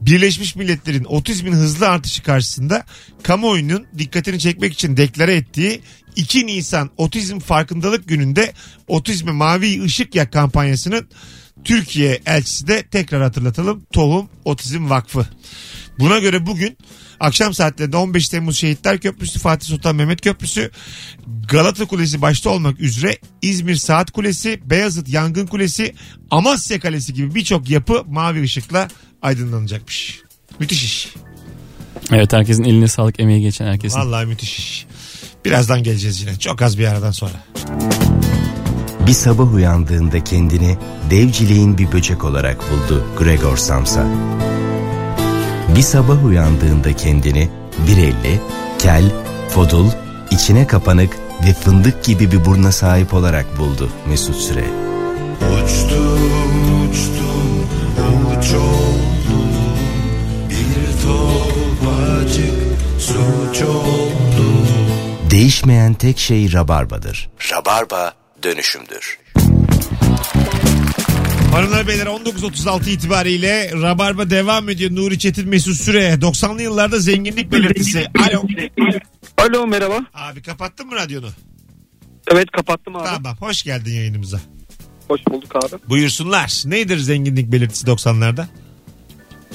B: Birleşmiş Milletler'in otizmin hızlı artışı karşısında kamuoyunun dikkatini çekmek için deklare ettiği 2 Nisan Otizm Farkındalık Günü'nde Otizme Mavi Işık Yak kampanyasının Türkiye elçisi de tekrar hatırlatalım Tohum Otizm Vakfı. Buna göre bugün akşam saatlerinde 15 Temmuz Şehitler Köprüsü, Fatih Sultan Mehmet Köprüsü, Galata Kulesi başta olmak üzere İzmir Saat Kulesi, Beyazıt Yangın Kulesi, Amasya Kalesi gibi birçok yapı mavi ışıkla aydınlanacakmış. Müthiş iş.
C: Evet herkesin eline sağlık emeği geçen herkesin.
B: Vallahi müthiş iş. Birazdan geleceğiz yine. Çok az bir aradan sonra.
J: Bir sabah uyandığında kendini devciliğin bir böcek olarak buldu Gregor Samsa. Bir sabah uyandığında kendini bir elli, kel, fodul, içine kapanık ve fındık gibi bir burna sahip olarak buldu Mesut Süre.
K: Uçtum uçtum avuç oldum Bir topacık suç oldum
J: Değişmeyen tek şey rabarbadır.
L: Rabarba dönüşümdür.
B: Hanımlar beyler 19.36 itibariyle Rabarba devam ediyor. Nuri Çetin Mesut Süre 90'lı yıllarda zenginlik belirtisi. Alo.
I: Alo merhaba.
B: Abi kapattın mı radyonu?
I: Evet kapattım abi.
B: Tamam hoş geldin yayınımıza.
I: Hoş bulduk abi.
B: Buyursunlar. Nedir zenginlik belirtisi 90'larda?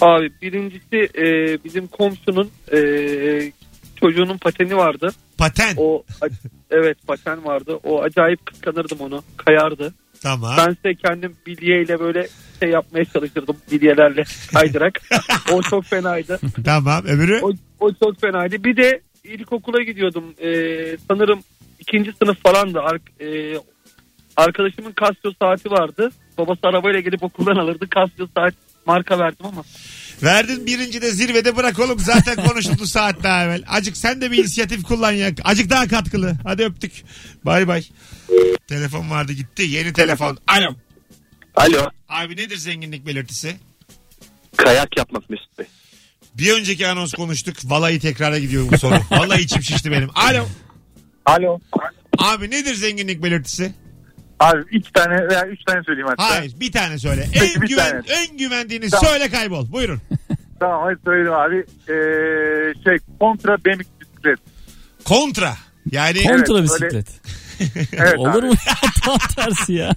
I: Abi birincisi e, bizim komşunun e, çocuğunun pateni vardı.
B: Paten?
I: O a- Evet paten vardı. O acayip kıskanırdım onu. Kayardı.
B: Tamam.
I: Ben size kendim bilyeyle böyle şey yapmaya çalışırdım. Bilyelerle kaydırak. o çok fenaydı.
B: Tamam öbürü?
I: O, o çok fenaydı. Bir de ilkokula gidiyordum. E, sanırım ikinci sınıf falandı. Ar- e, arkadaşımın Casio saati vardı. Babası arabayla gelip okuldan alırdı. Casio saat marka verdim ama.
B: Verdin birinci de zirvede bırak oğlum zaten konuşuldu saat daha evvel. Acık sen de bir inisiyatif kullan ya. Acık daha katkılı. Hadi öptük. Bay bay. Telefon vardı gitti. Yeni telefon. Alo.
M: Alo.
B: Abi nedir zenginlik belirtisi?
M: Kayak yapmak Mesut Bey.
B: Bir önceki anons konuştuk. Vallahi tekrara gidiyorum bu soru. Vallahi içim şişti benim. Alo.
M: Alo.
B: Abi nedir zenginlik belirtisi?
F: Abi iki tane veya üç tane söyleyeyim hatta.
B: Hayır bir tane söyle.
F: Peki,
B: en,
F: bir
B: güven,
F: tane.
B: en güvendiğini
F: Tamam.
B: söyle kaybol. Buyurun.
F: Tamam hadi söyleyeyim abi. Ee, şey kontra BMX bisiklet.
B: Kontra. Yani
C: Kontra
F: Evet,
C: bisiklet.
F: Evet
C: Olur
F: abi.
C: mu ya? Tam tersi ya.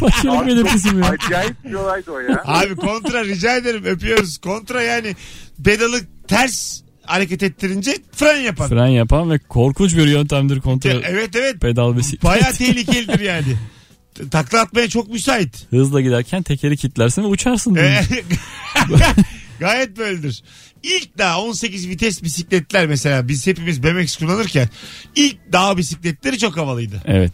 C: Başarı belirtisi mi ya?
F: Acayip bir olaydı o ya.
B: Abi kontra rica ederim öpüyoruz. Kontra yani pedalı ters hareket ettirince fren yapan.
C: Fren yapan ve korkunç bir yöntemdir kontrol.
B: Evet evet.
C: Pedal bisiklet.
B: Bayağı tehlikelidir yani. T- Takla atmaya çok müsait.
C: Hızla giderken tekeri kilitlersin ve uçarsın.
B: Ee, Gayet böyledir. İlk daha 18 vites bisikletler mesela biz hepimiz BMX kullanırken ilk dağ bisikletleri çok havalıydı.
C: Evet.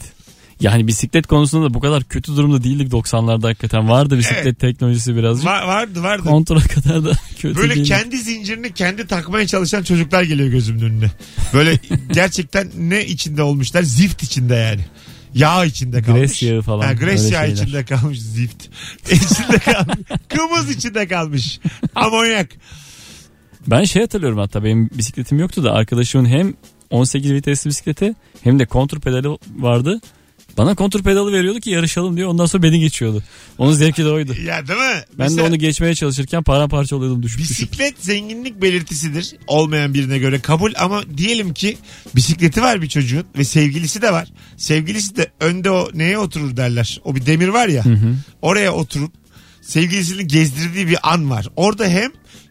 C: Yani bisiklet konusunda da bu kadar kötü durumda değildik 90'larda hakikaten. Vardı bisiklet
B: Evet.
C: teknolojisi birazcık.
B: Va- vardı vardı.
C: Kontrol kadar da kötü
B: Böyle
C: değildik.
B: kendi zincirini kendi takmaya çalışan çocuklar geliyor gözümün önüne. Böyle gerçekten ne içinde olmuşlar? Zift içinde yani. Yağ içinde kalmış.
C: Gres yağı falan,
B: Ha, gres
C: öyle
B: yağı
C: şeyler.
B: içinde kalmış zift. içinde kalmış. Kımız içinde kalmış. Amonyak.
C: Ben şey hatırlıyorum hatta benim bisikletim yoktu da arkadaşımın hem 18 vitesli bisikleti hem de kontur pedali vardı. Bana kontur pedalı veriyordu ki yarışalım diyor. Ondan sonra beni geçiyordu. Onun zevki de oydu.
B: Ya değil mi?
C: Ben de
B: Mesela-
C: onu geçmeye çalışırken paramparça oluyordum düşüp düşüp.
B: Bisiklet zenginlik belirtisidir. Olmayan birine göre kabul ama diyelim ki bisikleti var bir çocuğun ve sevgilisi de var. Sevgilisi de önde o neye oturur derler. O bir demir var ya. Oraya oturup sevgilisini gezdirdiği bir an var. Orada hem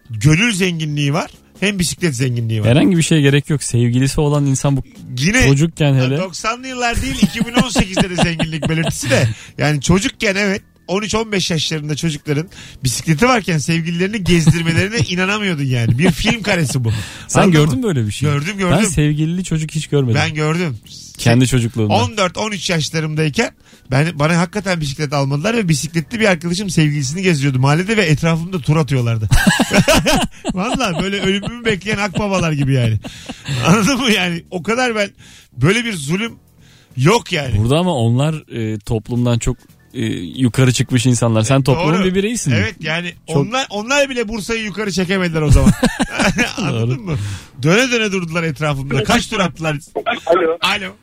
B: gönül zenginliği var hem bisiklet zenginliği var.
C: Herhangi bir şeye gerek yok. Sevgilisi olan insan bu
B: Yine
C: çocukken hele.
B: 90'lı yıllar değil 2018'de de zenginlik belirtisi de. Yani çocukken evet 13-15 yaşlarında çocukların bisikleti varken sevgililerini gezdirmelerine inanamıyordun yani. Bir film karesi bu.
C: Sen
B: Anladın
C: gördün
B: mı?
C: mü öyle bir şey?
B: Gördüm, gördüm.
C: Ben sevgilili çocuk hiç görmedim.
B: Ben gördüm.
C: Kendi çocukluğumda.
B: 14-13 yaşlarımdayken ben bana hakikaten bisiklet almadılar ve bisikletli bir arkadaşım sevgilisini geziyordu mahallede ve etrafımda tur atıyorlardı. Valla böyle ölümümü bekleyen akbabalar gibi yani. Anladın mı yani? O kadar ben böyle bir zulüm yok yani.
C: Burada ama onlar e, toplumdan çok e, yukarı çıkmış insanlar. Sen toplumun
B: E, Doğru.
C: bir bireysin.
B: Evet yani
C: Çok-
B: onlar onlar bile Bursa'yı yukarı çekemediler o zaman. Anladın mı? Döne döne durdular etrafımda. Kaç tur attılar?
N: Alo.
B: Alo.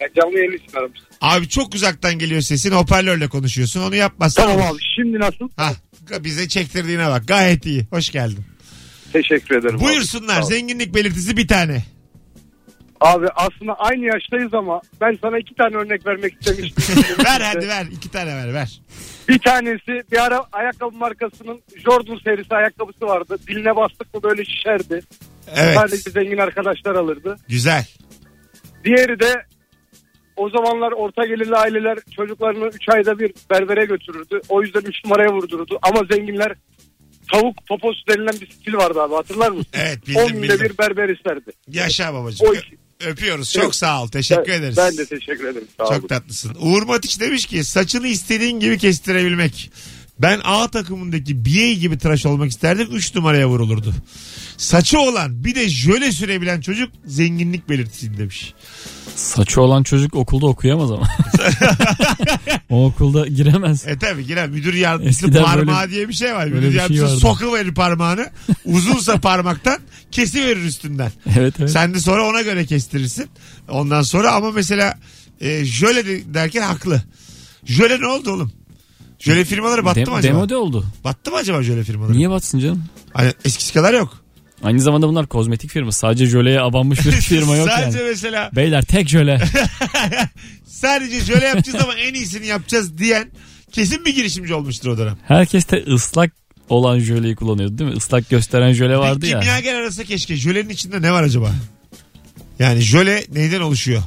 N: Ben canlı yayını istiyorum.
B: Abi çok uzaktan geliyor sesin. Hoparlörle konuşuyorsun. Onu yapmazsan.
N: Tamam abi,
B: Şimdi nasıl? Ha, bize çektirdiğine bak. Gayet iyi. Hoş geldin.
N: Teşekkür ederim.
B: Buyursunlar.
N: Abi. Sağ ol.
B: Zenginlik belirtisi bir tane.
N: Abi aslında aynı yaştayız ama ben sana iki tane örnek vermek istemiştim.
B: ver hadi ver. iki tane ver ver.
N: Bir tanesi bir ara ayakkabı markasının Jordan serisi ayakkabısı vardı. Diline bastık mı böyle şişerdi.
B: Evet.
N: Sadece zengin arkadaşlar alırdı.
B: Güzel.
N: Diğeri de o zamanlar orta gelirli aileler çocuklarını 3 ayda bir berbere götürürdü. O yüzden 3 numaraya vurdururdu. Ama zenginler tavuk poposu denilen bir stil vardı abi hatırlar mısın?
B: Evet
N: 10
B: bildim
N: günde
B: bildim.
N: bir berber isterdi.
B: Yaşa babacığım.
N: O
B: Ö- Öpüyoruz. Çok sağ ol. Teşekkür
N: Ben-
B: ederiz.
N: Ben de teşekkür ederim. Sağ olun.
B: Çok tatlısın. Uğur Matiç demiş ki saçını istediğin gibi kestirebilmek. Ben A takımındaki BA gibi tıraş olmak isterdim. 3 numaraya vurulurdu. Saçı olan bir de jöle sürebilen çocuk zenginlik belirtisiydi demiş.
C: Saçı olan çocuk okulda okuyamaz ama. o okulda giremez.
B: E tabi giren müdür yardımcısı
C: Eskiden
B: parmağı
C: böyle-
B: diye bir şey var.
C: böyle
B: Müdür
C: bir şey
B: yardımcısı
C: vardı.
B: sokuverir parmağını. Uzunsa parmaktan kesiverir üstünden.
C: Evet evet.
B: Sen de sonra ona göre kestirirsin. Ondan sonra ama mesela e, jöle de- derken haklı. Jöle ne oldu oğlum? Jöle firmaları battı
C: Dem-
B: mı acaba?
C: Demode oldu.
B: Battı mı acaba jöle firmaları?
C: Niye batsın canım?
B: Hani eskisi kadar yok.
C: Aynı zamanda bunlar kozmetik firma. Sadece jöleye abanmış bir firma yok
B: Sadece
C: yani.
B: mesela
C: Beyler tek jöle.
B: sadece jöle yapacağız ama en iyisini yapacağız diyen kesin bir girişimci olmuştur o dönem.
C: Herkes de ıslak olan jöleyi kullanıyordu değil mi? Islak gösteren jöle vardı
B: bir
C: ya.
B: kimyager arası keşke. Jölenin içinde ne var acaba? Yani jöle neyden oluşuyor?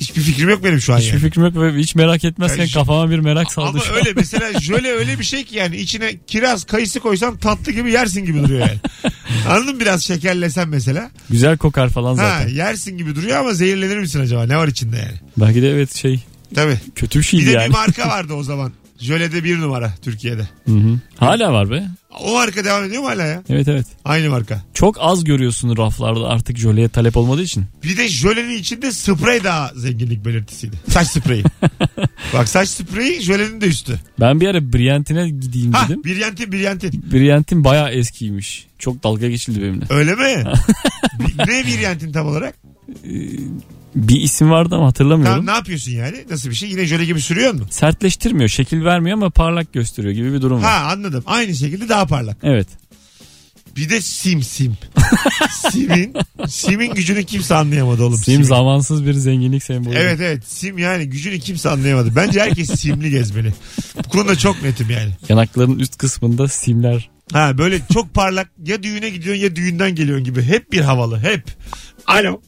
B: Hiçbir fikrim yok benim şu an
C: Hiçbir
B: yani.
C: fikrim yok ve hiç merak etmezken
B: Yani-
C: kafama bir merak saldı
B: Ama
C: şu an.
B: öyle mesela jöle öyle bir şey ki yani içine kiraz kayısı koysan tatlı gibi yersin gibi duruyor yani. Anladın mı? biraz şekerlesen mesela.
C: Güzel kokar falan
B: Ha,
C: zaten.
B: yersin gibi duruyor ama zehirlenir misin acaba? Ne var içinde yani?
C: Belki de evet şey
B: Tabii.
C: kötü bir
B: Bir
C: şeydi
B: de
C: yani.
B: bir marka vardı o zaman. Jölede bir numara Türkiye'de.
C: Hı hı. Hala var be.
B: O marka devam ediyor mu hala ya?
C: Evet evet.
B: Aynı marka.
C: Çok az görüyorsun raflarda artık jöleye talep olmadığı için.
B: Bir de jölenin içinde sprey daha zenginlik belirtisiydi. Saç spreyi. Bak saç spreyi jölenin de üstü.
C: Ben bir ara Briantin'e gideyim
B: Ha
C: dedim.
B: biryantin biryantin.
C: Briantin bayağı eskiymiş. Çok dalga geçildi benimle.
B: Öyle mi? Bi- ne biryantin tam olarak?
C: Bir isim vardı ama hatırlamıyorum.
B: Tam ne yapıyorsun yani? Nasıl bir şey? Yine jöle gibi sürüyor mu?
C: Sertleştirmiyor, şekil vermiyor ama parlak gösteriyor gibi bir durum var.
B: Ha anladım. Aynı şekilde daha parlak.
C: Evet.
B: Bir de sim sim. Simin simin gücünü kimse anlayamadı oğlum.
C: Sim zamansız bir zenginlik sembolü.
B: Evet evet sim yani gücünü kimse anlayamadı. Bence herkes simli gezmeli. Bu konuda çok netim yani.
C: Yanakların üst kısmında simler.
B: Ha böyle çok parlak ya düğüne gidiyorsun ya düğünden geliyorsun gibi. Hep bir havalı hep. Alo.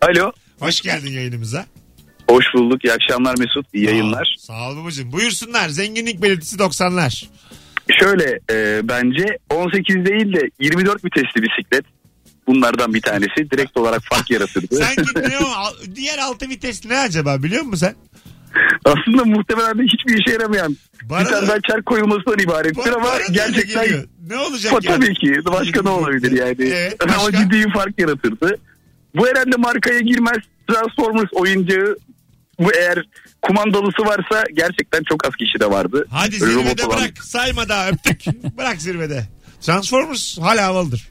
N: Alo.
B: Hoş geldin yayınımıza.
N: Hoş bulduk. İyi akşamlar Mesut. İyi yayınlar.
B: Sağ ol babacığım. Buyursunlar. Zenginlik belirtisi 90'lar.
N: Şöyle e, bence 18 değil de 24 vitesli bisiklet. Bunlardan bir tanesi direkt olarak fark yaratırdı.
B: Sanki ne o? Al- Diğer altı vites ne acaba biliyor musun sen?
N: Aslında muhtemelen de hiçbir işe yaramayan
B: Bana
N: bir tane
B: da-
N: daha çark koyulmasından ibarettir
B: Bana-
N: ama
B: bana da öyle
N: gerçekten
B: geliyor. Ne olacak
N: Ama
B: yani?
N: Tabii ki. Başka ne olabilir yani?
B: Evet,
N: Ama
B: başka?
N: ciddi bir fark yaratırdı. Bu herhalde markaya girmez. Transformers oyuncağı bu eğer kumandalısı varsa gerçekten çok az kişi de vardı.
B: Hadi
N: Robot
B: zirvede
N: olan.
B: bırak. Sayma daha öptük. bırak zirvede. Transformers hala havalıdır.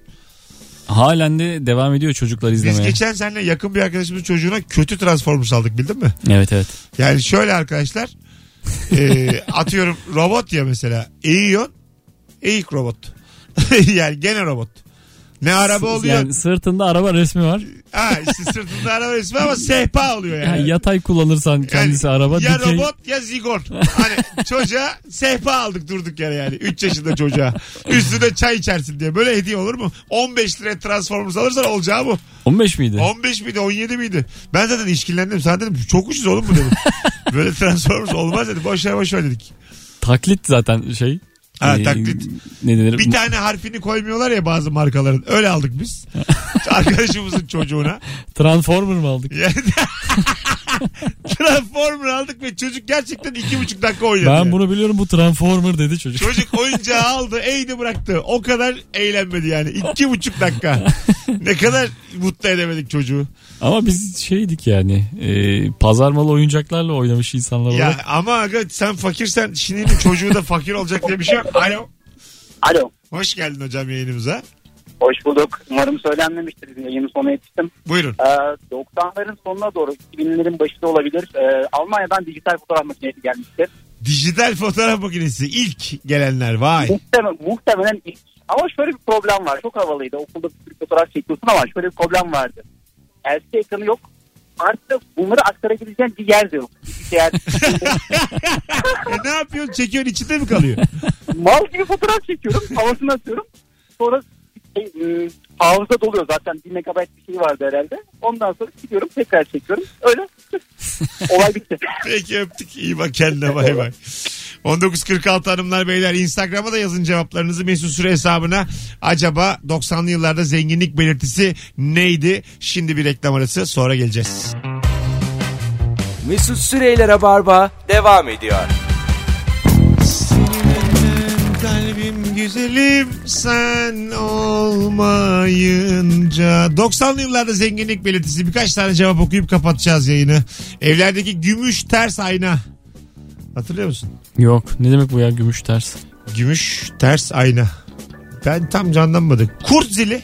C: Halen de devam ediyor çocuklar
B: Biz
C: izlemeye.
B: geçen seninle yakın bir arkadaşımızın çocuğuna kötü Transformers aldık bildin mi?
C: Evet evet.
B: Yani şöyle arkadaşlar. e, atıyorum robot ya mesela. Eğiyorsun. Eğik robot. yani gene robot. Ne araba oluyor.
C: Yani sırtında araba resmi var.
B: Ha işte sırtında araba resmi ama sehpa oluyor yani.
C: Yani yatay kullanırsan kendisi araba.
B: ya
C: dikey-
B: robot ya zigon. Hani çocuğa sehpa aldık durduk yere yani. 3 yaşında çocuğa. Üstüne çay içersin diye. Böyle hediye olur mu? 15 liraya Transformers alırsan olacağı bu.
C: 15 miydi?
B: 15 miydi 17 miydi? Ben zaten işkillendim. Sana dedim çok ucuz oğlum bu dedim. Böyle Transformers olmaz dedi. Boş ver boş ver dedik.
C: Taklit zaten şey.
B: Ha,
C: Ee,
B: taklit.
C: Ne denir?
B: Bir tane harfini koymuyorlar ya bazı markaların. Öyle aldık biz. Arkadaşımızın çocuğuna.
C: Transformer mı aldık?
B: Yani- Transformer aldık ve çocuk gerçekten iki buçuk dakika oynadı. yani.
C: Ben bunu biliyorum bu Transformer dedi çocuk.
B: Çocuk oyuncağı aldı eğdi bıraktı. O kadar eğlenmedi yani. İki buçuk dakika. ne kadar mutlu edemedik çocuğu.
C: Ama biz şeydik yani. E, pazar malı oyuncaklarla oynamış insanlar
B: Ya
C: olarak.
B: ama aga sen fakirsen şimdi çocuğu da fakir olacak diye bir şey yok. Alo.
O: Alo.
B: Hoş geldin hocam yayınımıza.
O: Hoş bulduk. Umarım söylenmemiştir. Bizim Yayının sonuna yetiştim.
B: Buyurun.
O: Ee, 90'ların sonuna doğru 2000'lerin başında olabilir. Ee, Almanya'dan dijital fotoğraf makinesi gelmiştir.
B: Dijital fotoğraf makinesi ilk gelenler vay.
O: Muhtemelen, muhtemelen ilk. Ama şöyle bir problem var. Çok havalıydı. Okulda bir sürü fotoğraf çekiyorsun ama şöyle bir problem vardı. LCD ekranı yok. Artı bunları aktarabileceğin bir yer de yok. Bilgisayar.
B: E ne yapıyorsun? Çekiyorsun içinde mi kalıyor?
O: mal gibi fotoğraf çekiyorum. Havasını atıyorum. Sonra şey, m, hafıza doluyor zaten. 1 megabayt bir şey vardı herhalde. Ondan sonra gidiyorum tekrar çekiyorum. Öyle. Olay bitti.
B: Peki öptük. İyi bak kendine bay bay. 1946 hanımlar beyler Instagram'a da yazın cevaplarınızı Mesut Süre hesabına. Acaba 90'lı yıllarda zenginlik belirtisi neydi? Şimdi bir reklam arası sonra geleceğiz.
P: Mesut Süreyler'e barba devam ediyor.
B: Senin güzelim sen olmayınca. 90'lı yıllarda zenginlik belirtisi. Birkaç tane cevap okuyup kapatacağız yayını. Evlerdeki gümüş ters ayna. Hatırlıyor musun?
C: Yok ne demek bu ya gümüş ters.
B: Gümüş ters ayna. Ben tam canlanmadım. Kurt zili.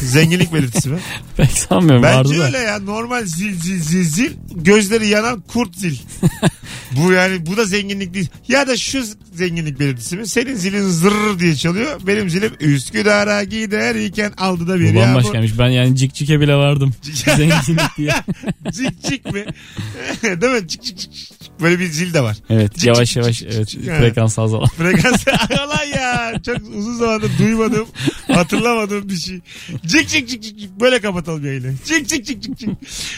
B: Zenginlik belirtisi mi?
C: Pek sanmıyorum vardı
B: Bence
C: da.
B: öyle ya. Normal zil zil zil zil. Gözleri yanan kurt zil. bu yani bu da zenginlik değil. Ya da şu zenginlik belirtisi mi? Senin zilin zırr diye çalıyor. Benim zilim Üsküdar'a giderken aldı da bir
C: Bu
B: ya. Bu-
C: bambaşkaymış. Ben yani cik cike bile vardım. Zenginlik diye.
B: cik cik mi? değil mi? Cik cik cik. cik. Böyle bir zil de var.
C: Evet yavaş yavaş evet
B: Ha.
C: frekans azalan.
B: Frekans Ulan ya. Çok uzun zamandır duymadım, hatırlamadığım bir şey. Cik cik cik cik cik. Böyle kapatalım yayını. Cik cik cik cik cik.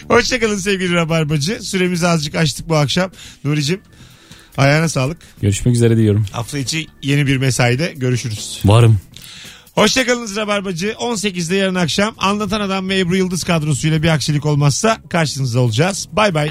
B: Hoşçakalın sevgili Rabarbacı. Süremizi azıcık açtık bu akşam. Nuri'cim ayağına sağlık.
C: Görüşmek üzere diyorum.
B: Hafta içi yeni bir mesaide görüşürüz.
C: Varım.
B: Hoşçakalınız Rabarbacı. 18'de yarın akşam Anlatan Adam ve Ebru Yıldız kadrosuyla bir aksilik olmazsa karşınızda olacağız. Bay bay.